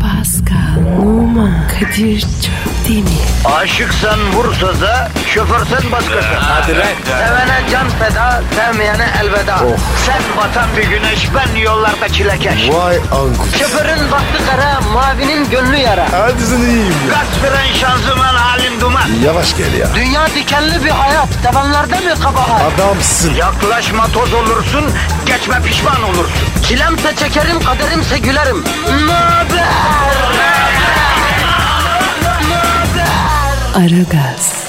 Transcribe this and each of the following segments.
Pascal, Oman, Kadir çok değil mi? Aşıksan vursa da şoförsen başkasın. Hadi lan. Sevene can feda, sevmeyene elveda. Sen batan bir güneş, ben yollarda çilekeş. Vay anku. Şoförün baktı kara, mavinin gönlü yara. Hadi sen iyiyim ya. Kasperen şanzıman halin duman. Yavaş gel ya. Dünya dikenli bir hayat, sevenlerde mi kabahar? Adamsın. Yaklaşma toz olursun, geçme pişman olursun. Çilemse çekerim, kaderimse gülerim. Möber! Aragaz,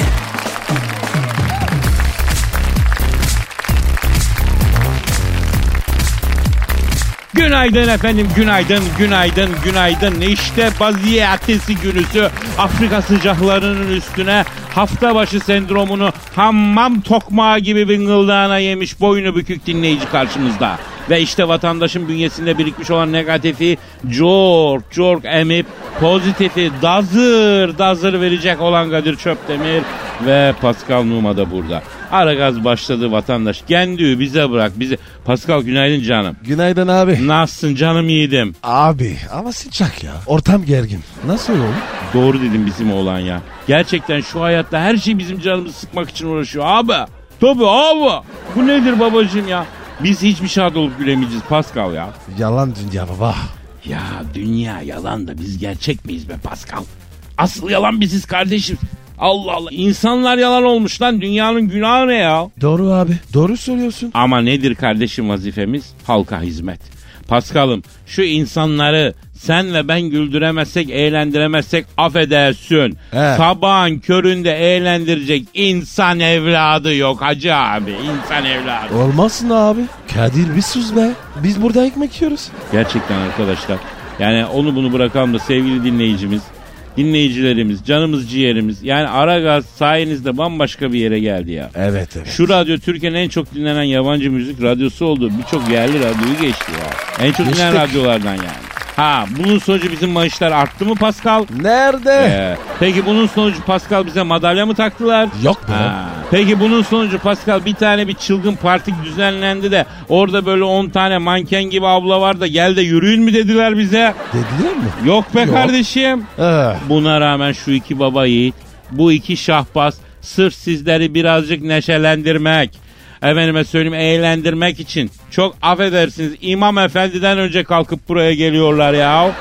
Günaydın efendim, günaydın, günaydın, günaydın. İşte paziyatesi günüsü Afrika sıcaklarının üstüne hafta başı sendromunu hammam tokmağı gibi bingıldağına yemiş boynu bükük dinleyici karşımızda. Ve işte vatandaşın bünyesinde birikmiş olan negatifi cork cork emip pozitifi dazır dazır verecek olan Kadir Çöptemir ve Pascal Numa da burada. Aragaz başladı vatandaş. Kendüğü bize bırak bizi. Pascal günaydın canım. Günaydın abi. Nasılsın canım yiğidim? Abi ama sıcak ya. Ortam gergin. Nasıl olur? Doğru dedim bizim oğlan ya. Gerçekten şu hayatta her şey bizim canımızı sıkmak için uğraşıyor abi. Tabii abi. Bu nedir babacığım ya? Biz hiçbir şahit olup gülemeyeceğiz Pascal ya. Yalan dünya baba. Ya dünya yalan da biz gerçek miyiz be Pascal? Asıl yalan biziz kardeşim. Allah Allah insanlar yalan olmuş lan dünyanın günahı ne ya? Doğru abi. Doğru söylüyorsun. Ama nedir kardeşim vazifemiz? Halka hizmet. Paskal'ım şu insanları sen ve ben güldüremezsek, eğlendiremezsek affedersin. He. Sabahın köründe eğlendirecek insan evladı yok hacı abi. insan evladı. Olmazsın abi. Kadir bir sus be. Biz burada ekmek yiyoruz. Gerçekten arkadaşlar. Yani onu bunu bırakalım da sevgili dinleyicimiz, dinleyicilerimiz, canımız ciğerimiz. Yani Aragaz sayenizde bambaşka bir yere geldi ya. Evet evet. Şu radyo Türkiye'nin en çok dinlenen yabancı müzik radyosu oldu. Birçok yerli radyoyu geçti ya. En çok dinlenen Geçtik. radyolardan yani. Ha bunun sonucu bizim maaşlar arttı mı Pascal? Nerede? Ee, peki bunun sonucu Pascal bize madalya mı taktılar? Yok be. Ha, Peki bunun sonucu Pascal bir tane bir çılgın parti düzenlendi de orada böyle 10 tane manken gibi abla var da gel de yürüyün mü dediler bize? Dediler mi? Yok be Yok. kardeşim. Ee, Buna rağmen şu iki baba yiğit, bu iki şahbaz sırf sizleri birazcık neşelendirmek, efendime söyleyeyim eğlendirmek için çok affedersiniz imam efendiden önce kalkıp buraya geliyorlar ya. ya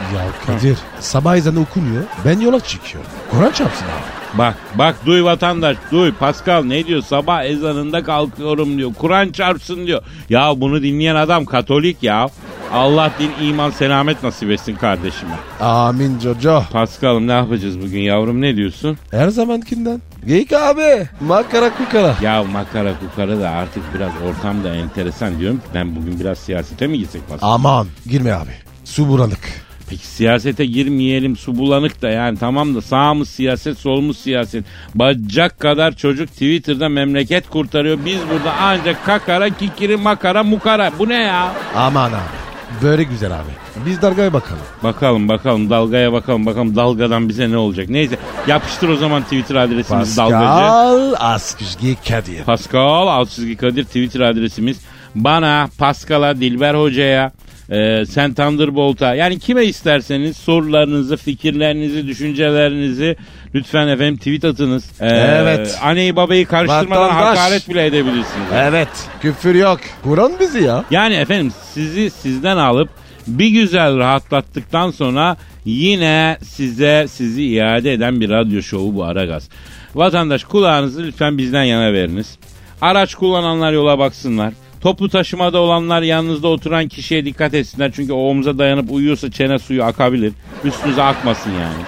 Kadir sabah ezanı okunuyor. Ben yola çıkıyorum. Kur'an çarpsın abi. Bak bak duy vatandaş duy Pascal ne diyor sabah ezanında kalkıyorum diyor Kur'an çarpsın diyor. Ya bunu dinleyen adam katolik ya. Allah din iman selamet nasip etsin kardeşime. Amin Jojo. Pascal'ım ne yapacağız bugün yavrum ne diyorsun? Her zamankinden. Geyik abi. Makara kukara. Ya makara kukara da artık biraz ortam da enteresan diyorum ki ben bugün biraz siyasete mi gitsek Pascal? Aman girme abi. Su bulanık. Peki siyasete girmeyelim su bulanık da yani tamam da sağ mı siyaset sol mu siyaset bacak kadar çocuk Twitter'da memleket kurtarıyor biz burada ancak kakara kikiri makara mukara bu ne ya? Aman abi. Böyle güzel abi. Biz dalgaya bakalım. Bakalım bakalım dalgaya bakalım bakalım dalgadan bize ne olacak neyse yapıştır o zaman Twitter adresimiz dalgacı. Pascal Askizgi Kadir. Pascal alt çizgi Kadir Twitter adresimiz. Bana, Pascal'a, Dilber Hoca'ya, e, sen Thunderbolt'a yani kime isterseniz sorularınızı, fikirlerinizi, düşüncelerinizi lütfen efendim tweet atınız. E, Evet. Anneyi babayı karıştırmadan Vatandaş. hakaret bile edebilirsiniz. Evet. Küfür yok. Kur'an bizi ya. Yani efendim sizi sizden alıp bir güzel rahatlattıktan sonra yine size sizi iade eden bir radyo şovu bu Aragaz. Vatandaş kulağınızı lütfen bizden yana veriniz. Araç kullananlar yola baksınlar. Toplu taşımada olanlar yanınızda oturan kişiye dikkat etsinler. Çünkü o omuza dayanıp uyuyorsa çene suyu akabilir. Üstünüze akmasın yani.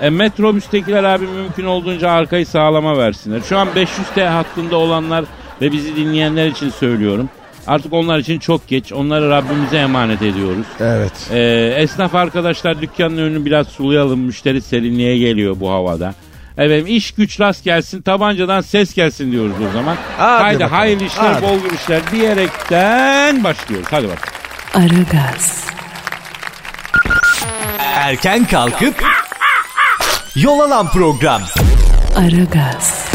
E, metrobüstekiler abi mümkün olduğunca arkayı sağlama versinler. Şu an 500T hattında olanlar ve bizi dinleyenler için söylüyorum. Artık onlar için çok geç. Onları Rabbimize emanet ediyoruz. Evet. E, esnaf arkadaşlar dükkanın önünü biraz sulayalım. Müşteri serinliğe geliyor bu havada. Efendim iş güç rast gelsin, tabancadan ses gelsin diyoruz o zaman. Hadi Haydi bakalım. hayırlı işler, Hadi. bol gülüşler diyerekten başlıyoruz. Hadi bak. Aragaz, Erken kalkıp yol alan program. Aragaz,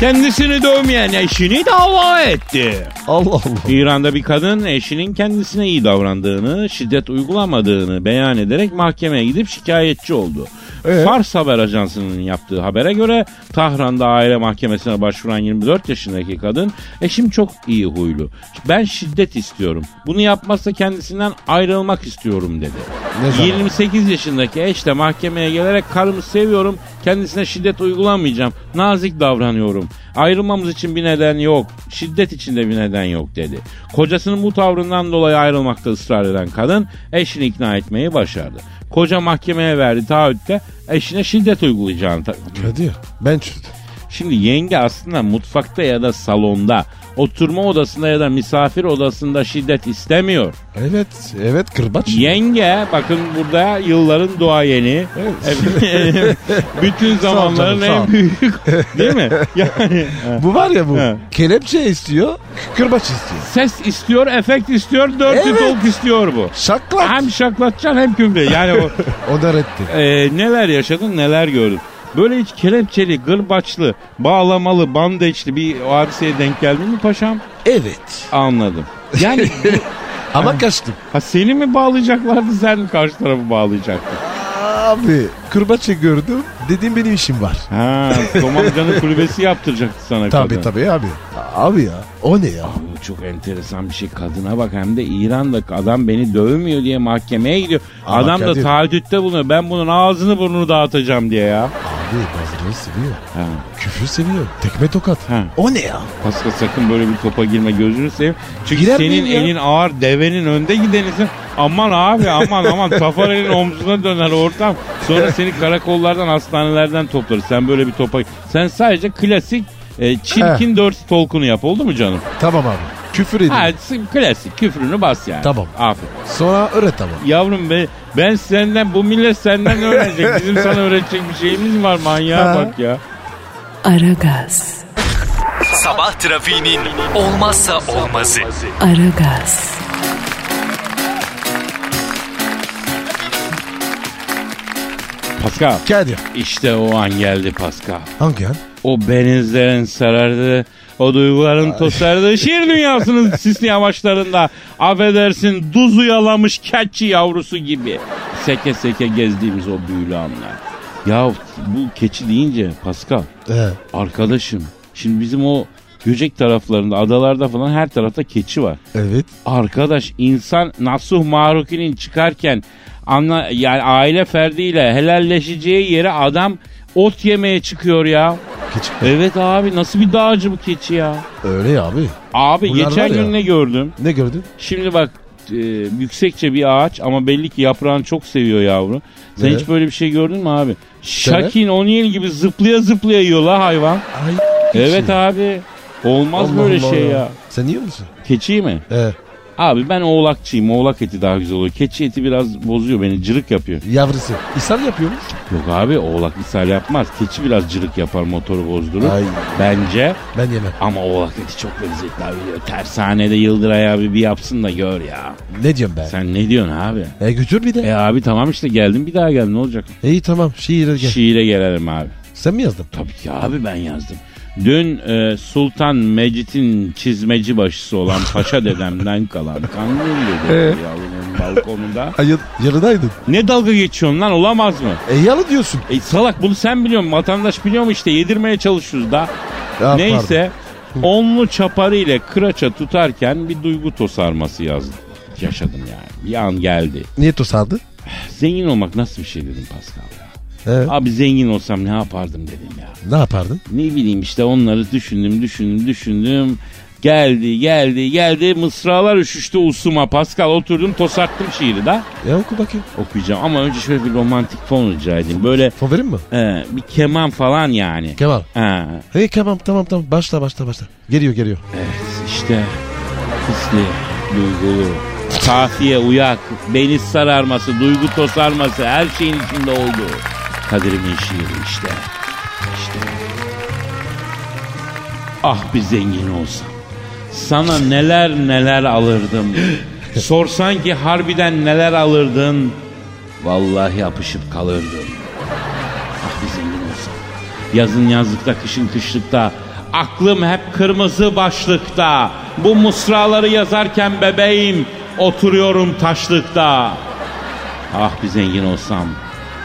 Kendisini dövmeyen eşini dava etti. Allah Allah. İran'da bir kadın eşinin kendisine iyi davrandığını, şiddet uygulamadığını beyan ederek mahkemeye gidip şikayetçi oldu. Ee? Fars Haber Ajansı'nın yaptığı habere göre Tahran'da aile mahkemesine başvuran 24 yaşındaki kadın eşim çok iyi huylu. Ben şiddet istiyorum. Bunu yapmazsa kendisinden ayrılmak istiyorum dedi. Ne zaman? 28 yaşındaki eş de mahkemeye gelerek karımı seviyorum, kendisine şiddet uygulamayacağım, nazik davranıyorum. Ayrılmamız için bir neden yok, şiddet için de bir neden yok dedi. Kocasının bu tavrından dolayı ayrılmakta ısrar eden kadın eşini ikna etmeyi başardı. Koca mahkemeye verdi taahhütte eşine şiddet uygulayacağını ta- Kadir ben çözdüm. Şimdi yenge aslında mutfakta ya da salonda, oturma odasında ya da misafir odasında şiddet istemiyor. Evet evet kırbaç. Yenge bakın burada yılların duayeni. Efendim, Bütün ol canım, zamanların sağ ol. en büyük değil mi? Yani bu var ya bu. He. Kelepçe istiyor kırbaç istiyor. ses istiyor, efekt istiyor, dört Evet. talk istiyor bu. Şaklat. Hem şaklatacaksın hem kümle. Yani o, O da reddi. e, neler yaşadın neler gördün. Böyle hiç kelepçeli, gırbaçlı, bağlamalı, bandajlı bir o hadiseye denk geldin mi paşam? Evet. Anladım. Yani Ama kaçtım. ha, seni mi bağlayacaklardı sen mi karşı tarafı bağlayacaktın? Abi kırbaçı gördüm. Dedim benim işim var. Ha, Tomamcan'ın kulübesi yaptıracaktı sana E, Tabii kadın. tabii abi. Abi ya o ne ya? Bu çok enteresan bir şey. Kadına bak hem de İran'da adam beni dövmüyor diye mahkemeye gidiyor. Ama adam da Kadir- taahhütte bulunuyor. Ben bunun ağzını burnunu dağıtacağım diye ya. Abi bazıları seviyor. Ha. Küfür seviyor. Tekme tokat. Ha. O ne ya? Pascal sakın böyle bir topa girme gözünü seveyim. Çünkü Girer senin miyim ya? elin ağır devenin önde gidenisin. Aman abi aman aman Tafarel'in omzuna döner ortam. Sonra seni karakollardan hastanelerden toplarız. Sen böyle bir topa... Sen sadece klasik e, çirkin dört tolkunu yap oldu mu canım? Tamam abi. Küfür edin. Ha, s- klasik küfrünü bas yani. Tamam. Aferin. Sonra öğret ama. Yavrum be, ben senden bu millet senden öğrenecek. Bizim sana öğretecek bir şeyimiz mi var manyağa Ha. bak ya. Aragaz, Sabah trafiğinin olmazsa olmazı. Aragaz, Pascal Kadir. işte o an geldi Pascal. Hangi an? O benizlerin sarardı. O duyguların tosardığı şiir dünyasının sisli yamaçlarında affedersin duzu yalamış keçi yavrusu gibi seke seke gezdiğimiz o büyülü anlar. Ya bu keçi deyince Pascal Ee, arkadaşım şimdi bizim o Göcek taraflarında adalarda falan her tarafta keçi var. evet. Arkadaş insan Nasuh Maruki'nin çıkarken anla, yani aile ferdiyle helalleşeceği yere adam ot yemeye çıkıyor ya. Keçi. Evet abi nasıl bir dağcı bu keçi ya. Öyle ya abi. Abi Bunlar geçen var ya. gün ne gördüm? Ne gördün? Şimdi bak e, yüksekçe bir ağaç ama belli ki yaprağını çok seviyor yavru. Sen Evet. hiç böyle bir şey gördün mü abi? Şakin O'Neal gibi zıplaya zıplaya yiyor la hayvan. Ay. Evet abi. Olmaz böyle şey ya. Sen yiyor musun? Keçi mi? Ee, Abi ben oğlakçıyım. Oğlak eti daha güzel oluyor. Keçi eti biraz bozuyor beni. Cırık yapıyor. yavrusu. İshal yapıyor mu? Yok abi oğlak ishal yapmaz. Keçi biraz cırık yapar motoru bozdurur. Ay. Bence. Ben yemem. Ama oğlak eti çok lezzetli abi diyor. Tersanede Yıldıray abi bir yapsın da gör ya. Ne diyorum ben? Sen ne diyorsun abi? E götür bir de. E abi tamam işte geldim bir daha geldim ne olacak? İyi tamam şiire gel. Şiire gelelim abi. Sen mi yazdın? Tabii ki abi ben yazdım. Dün e, Sultan Mecit'in çizmeci başısı olan Paşa dedemden kalan Kandilli dedi yavrunun balkonunda. Hayır. Yarıdaydın. Ne dalga geçiyorsun lan olamaz mı? E yalı diyorsun. E salak bunu sen biliyor musun? Vatandaş biliyor mu işte yedirmeye çalışıyoruz da. Ya, Neyse onlu çaparı ile kıraça tutarken bir duygu tosarması yazdım. Yaşadım yani. Bir an geldi. Niye tosadı? Zengin olmak nasıl bir şey dedim Pascal ya. Ee, Abi zengin olsam ne yapardım dedim ya. ne yapardın? Ne bileyim işte onları düşündüm düşündüm düşündüm. Geldi geldi geldi mısralar üşüştü usuma Pascal oturdum tosarttım şiiri de E oku bakayım. okuyacağım ama önce şöyle bir romantik fon rica edeyim böyle Favorim mi? e, bir keman falan yani. Kemal. Ha, Hey tamam tamam tamam. Başla başla başla. Geliyor geliyor. evet işte hisli, duygulu, kafiye, uyak, beni sararması, duygu tosarması her şeyin içinde oldu. Kadirimin şiiri işte. İşte. Ah bir zengin olsam. Sana neler neler alırdım. Sorsan ki harbiden neler alırdın. Vallahi yapışıp kalırdım. Ah bir zengin olsam. Yazın yazlıkta, kışın kışlıkta, Aklım hep kırmızı başlıkta. Bu mısraları yazarken bebeğim oturuyorum taşlıkta. Ah bir zengin olsam.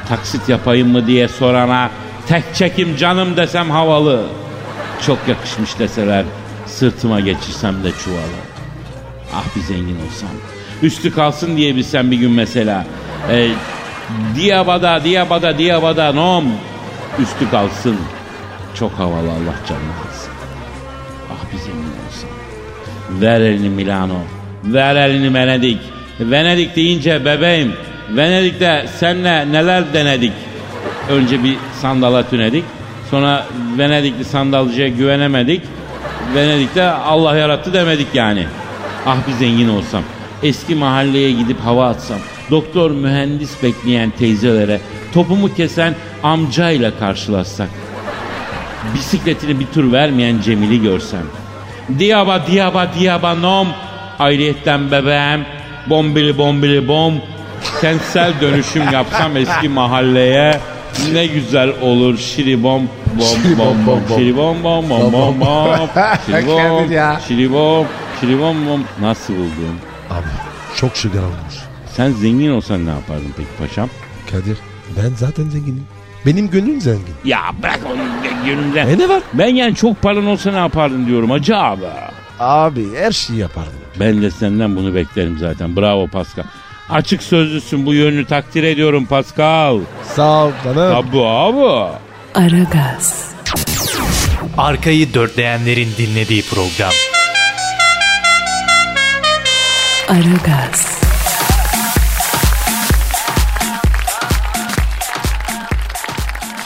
Taksit yapayım mı diye sorana tek çekim canım desem havalı. Çok yakışmış deseler sırtıma geçirsem de çuvalı. Ah bir zengin olsam. Üstü kalsın diye bilsem bir gün mesela. E, diyabada, diyabada, diyabada nom. Üstü kalsın. Çok havalı Allah canını alsın. Ah bir zengin olsam. Ver elini Milano. Ver elini Venedik. Venedik deyince bebeğim. Venedik'te senle neler denedik. Önce bir sandala tünedik. Sonra Venedikli sandalcıya güvenemedik. Venedik'te Allah yarattı demedik yani. Ah bir zengin olsam. Eski mahalleye gidip hava atsam. Doktor mühendis bekleyen teyzelere topumu kesen amcayla karşılaşsak bisikletini bir tur vermeyen Cemil'i görsem. Diyaba diyaba diyaba nom. Ayrıyetten bebeğim. Bombili bombili bom. Kentsel dönüşüm yapsam eski mahalleye. Ne güzel olur şiribom bom bom bom şiribom bom bom bom bom şiribom Kendin ya. şiribom şiribom bom nasıl buldun? Abi çok şeker olmuş. Sen zengin olsan ne yapardın peki paşam? Kadir ben zaten zenginim. Benim gönlüm zengin. Ya bırak onu yönümden. E ne var? Ben yani çok paran olsa ne yapardın diyorum hacı abi. Abi her şeyi yapardım. Ben de senden bunu beklerim zaten. Bravo Pascal. Açık sözlüsün bu yönünü takdir ediyorum Pascal. Sağ ol canım. Tabu abi. Aragaz, Arkayı dörtleyenlerin dinlediği program. Aragaz,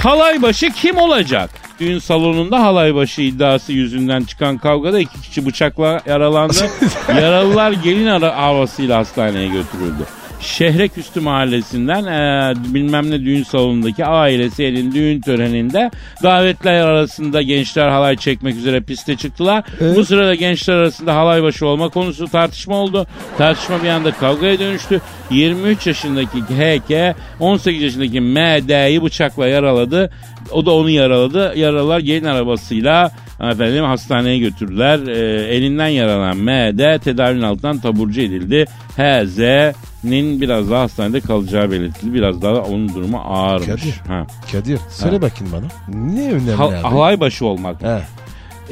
Halay başı kim olacak? Düğün salonunda halay başı iddiası yüzünden çıkan kavgada iki kişi bıçakla yaralandı. Yaralılar gelin ara havasıyla hastaneye götürüldü. Şehreküstü mahallesinden eee, bilmem ne düğün salonundaki ailesi elin düğün töreninde davetler arasında gençler halay çekmek üzere piste çıktılar. Bu sırada gençler arasında halay başı olma konusu tartışma oldu. Tartışma bir anda kavgaya dönüştü. 23 yaşındaki HK 18 yaşındaki MD'yi bıçakla yaraladı. O da onu yaraladı. Yaralar gelin arabasıyla efendim hastaneye götürdüler. Ee, elinden yaralanan MD tedavinin altından taburcu edildi. HZ'nin biraz daha hastanede kalacağı belirtildi. Biraz daha onun durumu ağırmış. Kadir. Ha. Kadir söyle bakayım bana. Ne önemli Hal- abi? halay başı olmak. He,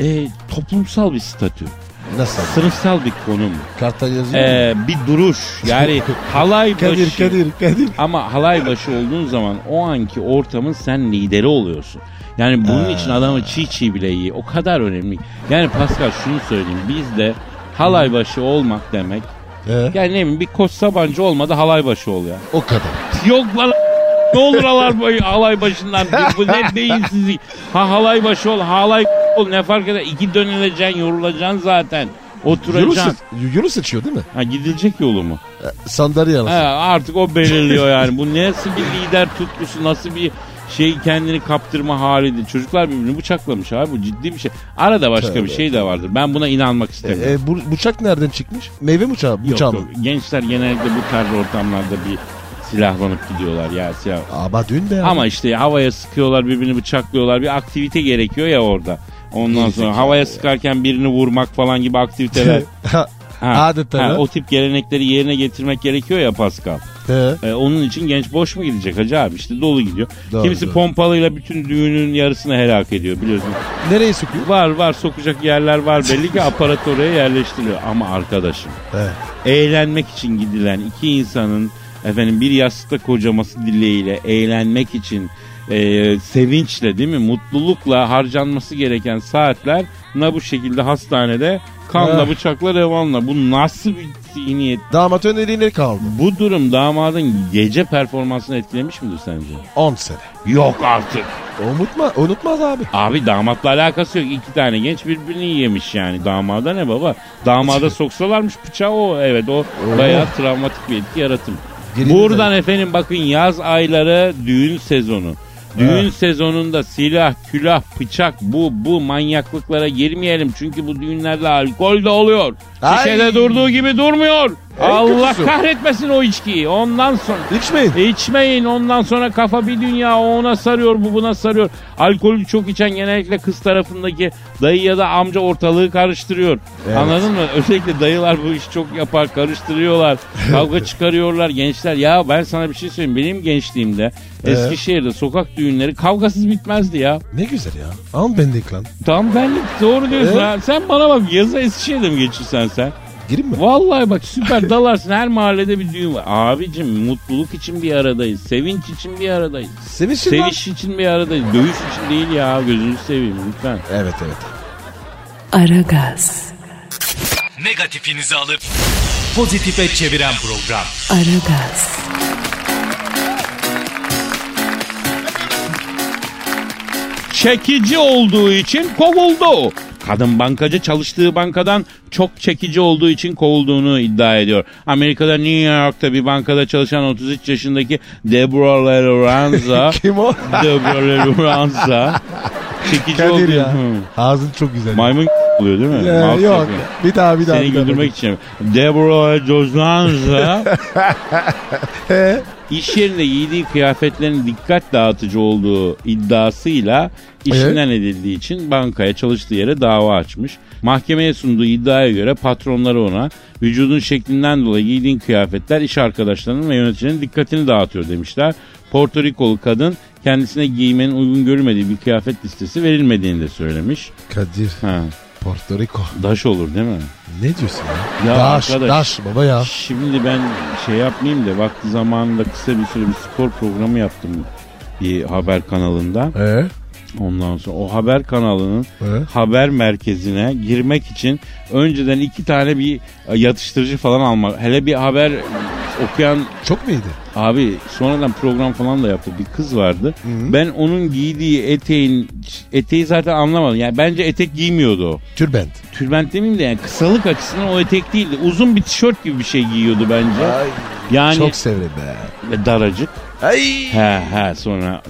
Ee, toplumsal bir statü. nasıl? Sınıfsal bir konum. Karta yazıyor. Ee, bir duruş. Yani halay başı. Kadir Kadir Kadir. Ama halay başı olduğun zaman o anki ortamın sen lideri oluyorsun. Yani Ee. bunun için adamı çiğ çiğ bile iyi. O kadar önemli. Yani Pascal şunu söyleyeyim. Biz de halay başı olmak demek. Ee, Yani ne bileyim bir koç sabancı olmadı halay başı ol ya. o kadar. Yok lan ne olur halay, başı- halay başından. Bu ne değilsizlik. Ha halay başı ol halay ol ne fark eder. İki dönüleceksin yorulacaksın zaten. Yürü, Oturacaksın. seç- yürü seçiyor değil mi? Ha gidilecek yolu mu? Sandalye He, alasın. artık o belirliyor yani. Bu nasıl bir lider tutkusu, nasıl bir şey kendini kaptırma halidir. Çocuklar birbirini bıçaklamış abi bu ciddi bir şey. Arada başka bir şey de vardır. Ben buna inanmak istemiyorum. Ee, bu, bıçak nereden çıkmış? Meyve mi bıçağı? Yok, bıçağı yok. mı? Gençler genellikle bu tarz ortamlarda bir silahlanıp gidiyorlar ya silah. Ama dün de. Ama işte havaya sıkıyorlar birbirini bıçaklıyorlar bir aktivite gerekiyor ya orada. Ondan sonra havaya sıkarken birini vurmak falan gibi aktiviteler. Ha, Ha, Adeta ha, lan. o tip gelenekleri yerine getirmek gerekiyor ya Pascal. he. E, onun için genç boş mu gidecek hacı abi işte dolu gidiyor. Doğru, Kimisi doğru. pompalıyla bütün düğünün yarısını helak ediyor biliyorsun. Nereye sokuyor? Var var sokacak yerler var belli ki aparat oraya yerleştiriliyor. Ama arkadaşım He. eğlenmek için gidilen iki insanın efendim bir yastıkta kocaması dileğiyle eğlenmek için e, sevinçle değil mi mutlulukla harcanması gereken saatler ne bu şekilde hastanede kanla Ah. bıçakla revanla bu nasıl bir zihniyet Damat önerileri kaldı. bu durum damadın gece performansını etkilemiş midir sence? 10 sene. Yok artık. Unutma, unutmaz abi. Abi damatla alakası yok. İki tane genç birbirini yemiş yani. Damada ne baba? Damada soksalarmış bıçağı o. Evet o bayağı travmatik bir etki yaratım. Gelin Buradan efendim bakın yaz ayları düğün sezonu. Düğün sezonunda silah, külah, bıçak bu bu manyaklıklara girmeyelim. Çünkü bu düğünlerde alkol de oluyor. Ay. Şişede durduğu gibi durmuyor. Allah kötüsü. kahretmesin o içkiyi. Ondan sonra İçmeyin. İçmeyin E, ondan sonra kafa bir dünya o ona sarıyor bu buna sarıyor. Alkolü çok içen genellikle kız tarafındaki dayı ya da amca ortalığı karıştırıyor. Evet. Anladın mı? Özellikle dayılar bu işi çok yapar karıştırıyorlar. Kavga çıkarıyorlar gençler. Ya ben sana bir şey söyleyeyim. Benim gençliğimde Eskişehir'de sokak düğünleri kavgasız bitmezdi ya. Ne güzel ya. An bendik lan. Tam benlik doğru diyorsun Evet. ha. Sen bana bak yaza Eskişehir'de mi geçirsen sen? Gireyim mi? Vallahi bak süper dalarsın her mahallede bir düğün var. Abicim mutluluk için bir aradayız. Sevinç için bir aradayız. Sevinçsin lan. Seviş için bir aradayız. Dövüş için değil ya gözünü seveyim lütfen. Evet evet. Aragaz, Negatifinizi alıp pozitife çeviren program. Aragaz, Çekici olduğu için kovuldu. Kadın bankacı çalıştığı bankadan çok çekici olduğu için kovulduğunu iddia ediyor. Amerika'da New York'ta bir bankada çalışan 33 yaşındaki Deborah Leranza Kim o? Deborah Leranza çekici Kadir olduğu ya. Hı. Ağzın çok güzel. Maymun oluyor değil mi? Ee, Mouse yok. yapıyor. Bir daha bir daha. Seni bir daha. güldürmek için. Deborah Jozlanza iş yerinde giydiği kıyafetlerin dikkat dağıtıcı olduğu iddiasıyla işinden edildiği için bankaya çalıştığı yere dava açmış. Mahkemeye sunduğu iddiaya göre patronları ona vücudun şeklinden dolayı giydiğin kıyafetler iş arkadaşlarının ve yöneticilerin dikkatini dağıtıyor demişler. Porto Rikolu kadın kendisine giymenin uygun görülmediği bir kıyafet listesi verilmediğini de söylemiş. Kadir. Ha, Porto Rico. daş olur değil mi? Ne diyorsun ya? Ya daş, arkadaş. daş baba ya. Şimdi ben şey yapmayayım da vakti zamanında kısa bir süre bir spor programı yaptım bir haber kanalında. Ee? Ondan sonra o haber kanalının Evet. haber merkezine girmek için önceden iki tane bir e, yatıştırıcı falan almak. Hele bir haber okuyan Çok mu iyiydi? abi sonradan program falan da yaptı bir kız vardı. Ben onun giydiği eteğin eteği zaten anlamadım. Yani bence etek giymiyordu o Türbent. tülbent demeyeyim de yani kısalık açısından o etek değildi. Uzun bir tişört gibi bir şey giyiyordu bence. yani Çok severim be. ve daracık. Ay. He he sonra.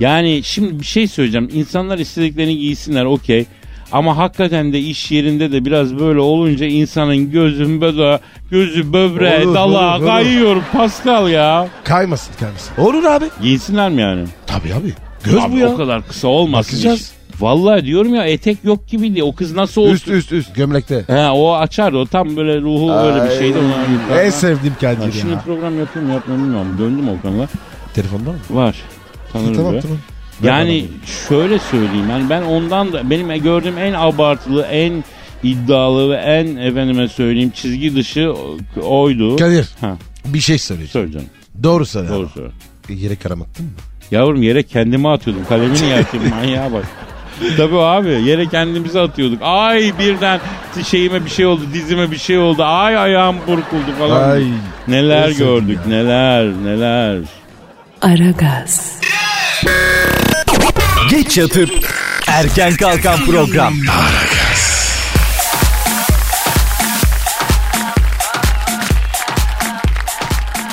Yani şimdi bir şey söyleyeceğim. İnsanlar istediklerini giysinler okey. Ama hakikaten de iş yerinde de biraz böyle olunca insanın gözü böda, gözü böbreğe, Olur, dalağa olur, olur. kayıyor Pascal ya. Kaymasın kaymasın. Olur abi. Giysinler mi yani? Tabii abi. Göz Abi bu ya. O kadar kısa olmasın. Bakacağız. iş. Vallahi diyorum ya etek yok gibiydi. O kız nasıl olsun? Üst üst üst gömlekte. He o açardı o tam böyle ruhu böyle bir şeydi ona. En sevdiğim Ha, Kadir şimdi ya. program yapayım mı yapmıyorum bilmiyorum. Döndüm o konuda. Telefonda mı? Var. Tanırım Tamam diyor. tamam. Yani şöyle söyleyeyim. Yani ben ondan da benim gördüğüm en abartılı, en iddialı ve en efendime söyleyeyim çizgi dışı o- oydu. Kadir Ha, bir şey söyleyeceğim. söyle canım. Doğru söyle. Doğru söyle. Yere karam attın mı? Yavrum yere kendimi atıyordum. Kalemini yersin manyağa bak. Tabii abi yere kendimizi atıyorduk. Ay birden şeyime bir şey oldu, dizime bir şey oldu. Ay ayağım burkuldu falan. Ay. Neler Neyse gördük, ya. neler, neler. Aragaz, Geç yatıp erken kalkan program.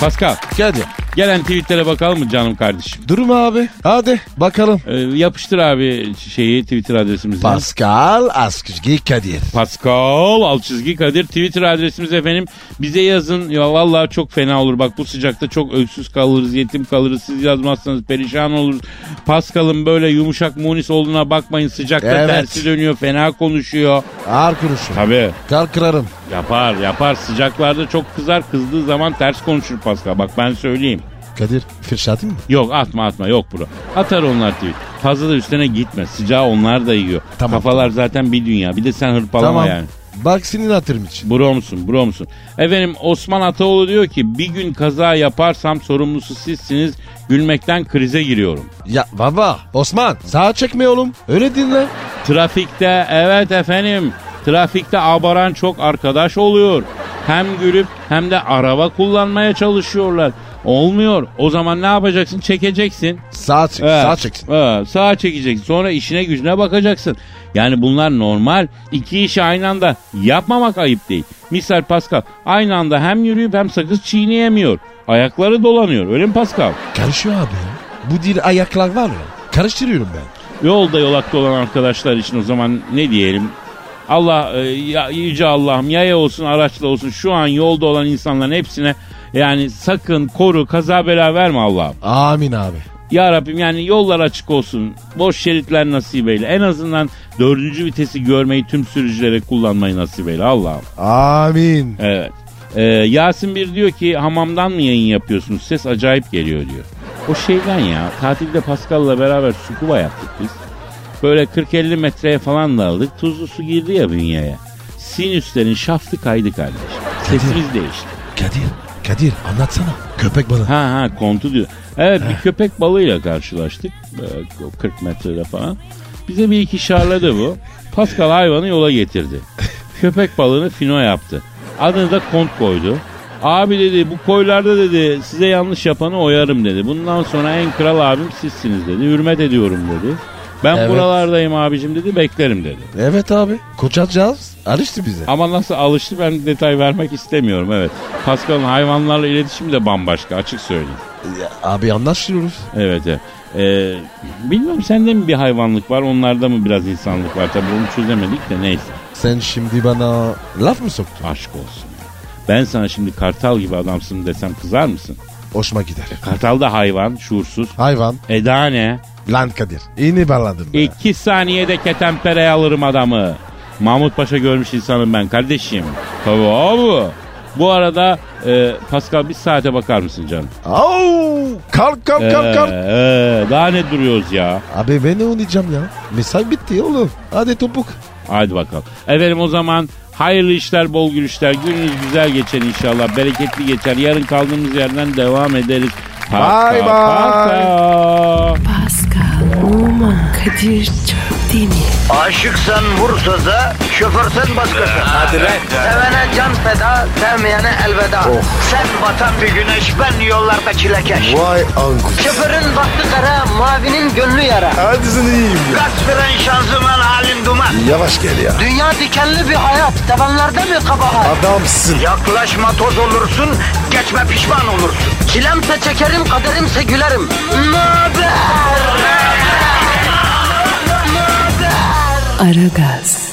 Pascal, Kadir. gelen tweetlere bakalım mı canım kardeşim? Durum abi. Hadi bakalım. Ee, yapıştır abi şeyi Twitter adresimizi. Pascal Askışgi Kadir. Pascal alt çizgi Kadir Twitter adresimiz efendim. Bize yazın. Ya vallahi çok fena olur. Bak bu sıcakta çok öksüz kalırız, yetim kalırız. Siz yazmazsanız perişan oluruz. Pascal'ın böyle yumuşak munis olduğuna bakmayın. Sıcakta Evet. tersi dönüyor, fena konuşuyor. Ağır kuruşum. Tabii. Kal kırarım. Yapar, yapar. Sıcaklarda çok kızar. Kızdığı zaman ters konuşur Pascal. Bak ben söyleyeyim. Kadir fırşatın mı? Yok atma atma yok bro. Atar onlar tweet. Fazla da üstüne gitme. Sıcağı onlar da yiyor. Tamam, Kafalar zaten bir dünya. Bir de sen hırpalama yani. Bak senin hatırım için. Bro musun bro musun? Efendim Osman Ataoğlu diyor ki bir gün kaza yaparsam sorumlusu sizsiniz. Gülmekten krize giriyorum. Ya baba. Osman sağa çekme oğlum. Öyle dinle. Trafikte evet efendim. Trafikte abaran çok arkadaş oluyor. Hem gülüp hem de araba kullanmaya çalışıyorlar. Olmuyor. O zaman ne yapacaksın? Çekeceksin. Sağa çek. Evet. Sağa çeksin. Evet, sağa çekeceksin. Sonra işine gücüne bakacaksın. Yani bunlar normal. İki işi aynı anda yapmamak ayıp değil. Misal Pascal aynı anda hem yürüyüp hem sakız çiğneyemiyor. Ayakları dolanıyor. Öyle mi Pascal? Karışıyor abi ya. Bu dil ayaklar var ya. Karıştırıyorum ben. Yolda yolakta olan arkadaşlar için o zaman ne diyelim? Allah e, ya, yüce Allah'ım yaya olsun araçla olsun şu an yolda olan insanların hepsine yani sakın koru kaza bela verme Allah'ım. Amin abi. Ya Rabbim yani yollar açık olsun. Boş şeritler nasip eyle. En azından dördüncü vitesi görmeyi tüm sürücülere kullanmayı nasip eyle Allah'ım. Amin. Evet. Ee, Yasin bir diyor ki hamamdan mı yayın yapıyorsunuz? Ses acayip geliyor diyor. O şeyden ya. Tatilde Pascal'la beraber sukuba yaptık biz. Böyle 40-50 metreye falan daldık. Tuzlu su girdi ya bünyeye. Sinüslerin şaftı kaydı kardeş. Sesimiz değişti. Kadir. Kadir anlatsana. Köpek balığı. Ha ha kontu diyor. Evet bir köpek balığıyla karşılaştık. Ee, 40 metrede falan. Bize bir iki şarladı bu. Pascal hayvanı yola getirdi. Köpek balığını fino yaptı. Adını da kont koydu. Abi dedi bu koylarda dedi size yanlış yapanı oyarım dedi. Bundan sonra en kral abim sizsiniz dedi. Hürmet ediyorum dedi. Ben Evet. buralardayım abicim dedi beklerim dedi. Evet abi. Koçacağız. Alıştı bize. Ama nasıl alıştı ben detay vermek istemiyorum evet. Pascal'ın hayvanlarla iletişimi de bambaşka açık söyleyeyim. Ya abi anlaşıyoruz. Evet evet. Ee, bilmiyorum sende mi bir hayvanlık var onlarda mı biraz insanlık var tabii onu çözemedik de neyse Sen şimdi bana laf mı soktun? aşk olsun. Ben sana şimdi kartal gibi adamsın desem kızar mısın? Hoşuma gider. Kartal da hayvan şuursuz. Hayvan. Eda ne? Lan Kadir. İni bağladım. be. İki saniyede ketempereye alırım adamı. Mahmut Paşa görmüş insanım ben kardeşim. Tabii abi. Bu arada e, Pascal bir saate bakar mısın canım? Au! Kalk kalk Ee, kalk kalk. ee, daha ne duruyoruz ya? Abi ben ne oynayacağım ya? Mesai bitti oğlum. Hadi topuk. Hadi bakalım. Efendim o zaman hayırlı işler, bol gülüşler. Gününüz güzel geçer inşallah. Bereketli geçer. Yarın kaldığımız yerden devam ederiz. Paka, Bye bye. paka. Pascal, Oman, Kadir çok değil mi? Aşıksan vursa da, şoförsen başkasın. Hadi Sevene can feda, sevmeyene elveda. Sen batan bir güneş, ben yollarda çilekeş. Vay anku. Şoförün baktı kara, mavinin gönlü yara. Hadi sen iyiyim ya. Kasperen şanzıman halin duman. Yavaş gel ya. Dünya dikenli bir hayat, sevenlerde mi kabahar? Adamsın. Yaklaşma toz olursun, geçme pişman olursun. Çilemse çekerim, kaderimse gülerim. Möber! Aragaz.